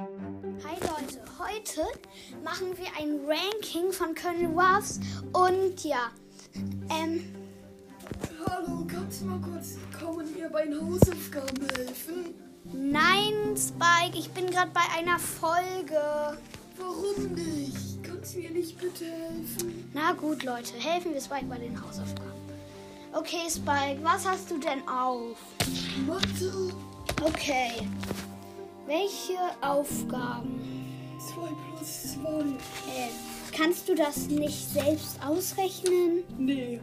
Hi Leute, heute machen wir ein Ranking von Colonel Ruffs und ja, ähm, Hallo, kannst du mal kurz kommen mir bei den Hausaufgaben helfen? nein Spike, ich bin gerade bei einer Folge. Warum nicht? Kannst du mir nicht bitte helfen? Na gut Leute, helfen wir Spike bei den Hausaufgaben. Okay Spike, was hast du denn auf? Mathe Okay, welche Aufgaben? 2 plus 2. Äh, kannst du das nicht selbst ausrechnen? Nee.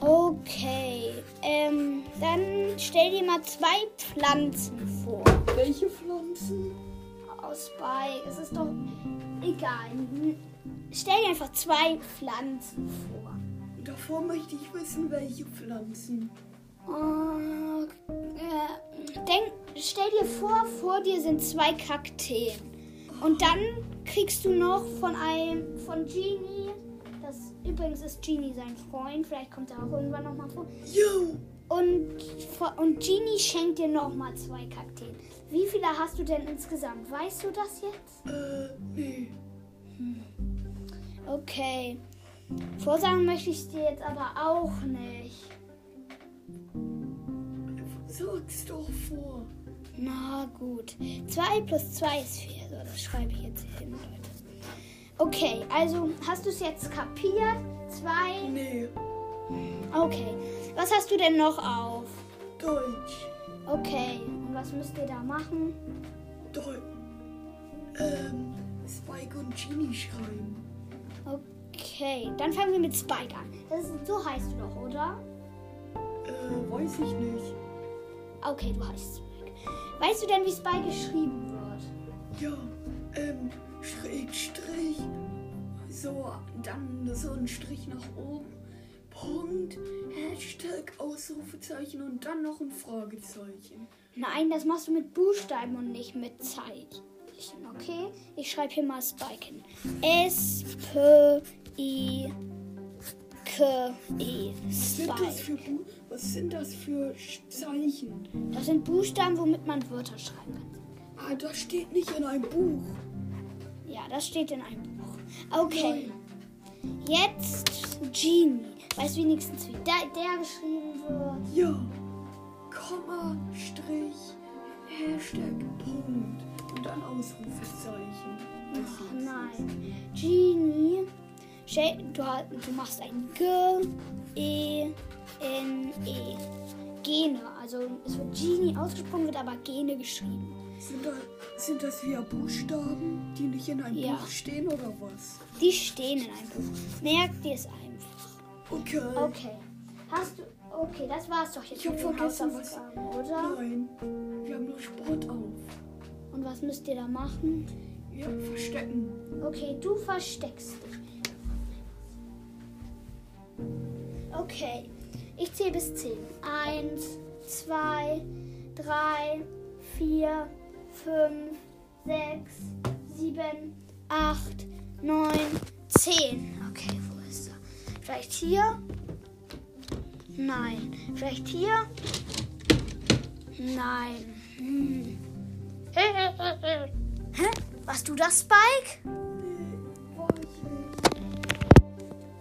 Okay, ähm, dann stell dir mal zwei Pflanzen vor. Welche Pflanzen? Aus bei, es ist doch egal. N- Stell dir einfach zwei Pflanzen vor. Davor möchte ich wissen, welche Pflanzen. Oh, äh, denk, stell dir vor, vor dir sind zwei Kakteen. Und dann kriegst du noch von einem, von Genie, das übrigens ist Genie sein Freund, vielleicht kommt er auch irgendwann nochmal vor. Jo, Und, und Genie schenkt dir nochmal zwei Kakteen. Wie viele hast du denn insgesamt? Weißt du das jetzt? äh, nee. Okay. Vorsagen möchte ich dir jetzt aber auch nicht. Sag's doch vor. Na gut. 2 plus 2 ist 4. So, das schreibe ich jetzt hier hin, Leute. Okay, also hast du es jetzt kapiert? 2. Nee, Okay. Was hast du denn noch auf? Deutsch. Okay. Und was müsst ihr da machen? Deutsch. Ähm, Spike und Genie schreiben. Okay. Dann fangen wir mit Spike an. Das ist, so heißt du doch, oder? Äh, weiß ich nicht. Okay, du heißt Spike. Weißt du denn, wie Spike geschrieben wird? Ja, ähm, Schrägstrich, so, dann so ein Strich nach oben, Punkt, Hashtag, Ausrufezeichen und dann noch ein Fragezeichen. Nein, das machst du mit Buchstaben und nicht mit Zeichen. Okay, ich schreibe hier mal Spike hin. S P I K E Sind das Spike. für, Bu- was sind das für Sch- Zeichen? Das sind Buchstaben, womit man Wörter schreiben kann. Ah, das steht nicht in einem Buch. Ja, das steht in einem Buch. Okay, jetzt Genie. Weißt du wenigstens, wie der, der geschrieben wird? Ja, Komma, Strich, Hashtag, Punkt und dann Ausrufezeichen. Ach nein. Genie. Schä- Du, ha- du machst ein G, E, N, E. Gene. Also es wird Genie ausgesprochen, wird aber Gene geschrieben. Sind das, sind das wieder Buchstaben, die nicht in einem Ja. Buch stehen oder was? Die stehen in einem Buch. Merk dir es einfach. Okay. Okay. Hast du. Okay, das war's doch jetzt Ich hab mit den vergessen, Hausaufgaben, oder? Nein, wir haben noch Sport auf. Und was müsst ihr da machen? Ja, verstecken. Okay, du versteckst dich. Okay, ich zähle bis 10. Eins, zwei, drei, vier, fünf, sechs, sieben, acht, neun, zehn. Okay, wo ist er? Vielleicht hier? Nein. Vielleicht hier? Nein. Hm. Hä? Warst du das, Spike?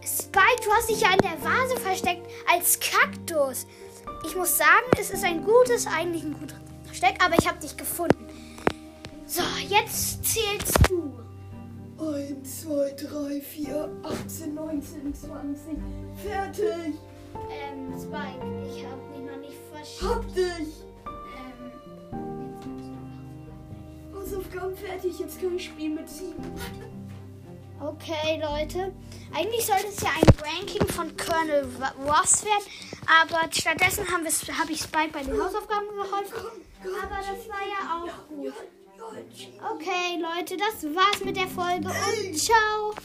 Spike, du hast dich ja in der Vase versteckt als Kaktus. Ich muss sagen, es ist ein gutes, eigentlich ein guter Versteck, aber ich habe dich gefunden. So, jetzt zählst du. 1, 2, 3, 4, 18, 19, 20. Fertig! Ähm, Spike, ich habe mich noch nicht versteckt. Hab dich! Ähm, Hausaufgaben fertig, jetzt kann ich Spiel mitziehen. okay, Leute. Eigentlich sollte es ja ein Ranking von Colonel Ross werden, aber stattdessen habe hab ich Spike bei den Hausaufgaben geholfen. Komm, komm. Aber das war ja auch gut. Ja, ja, tschüss. Okay, Leute, das war's mit der Folge und ciao.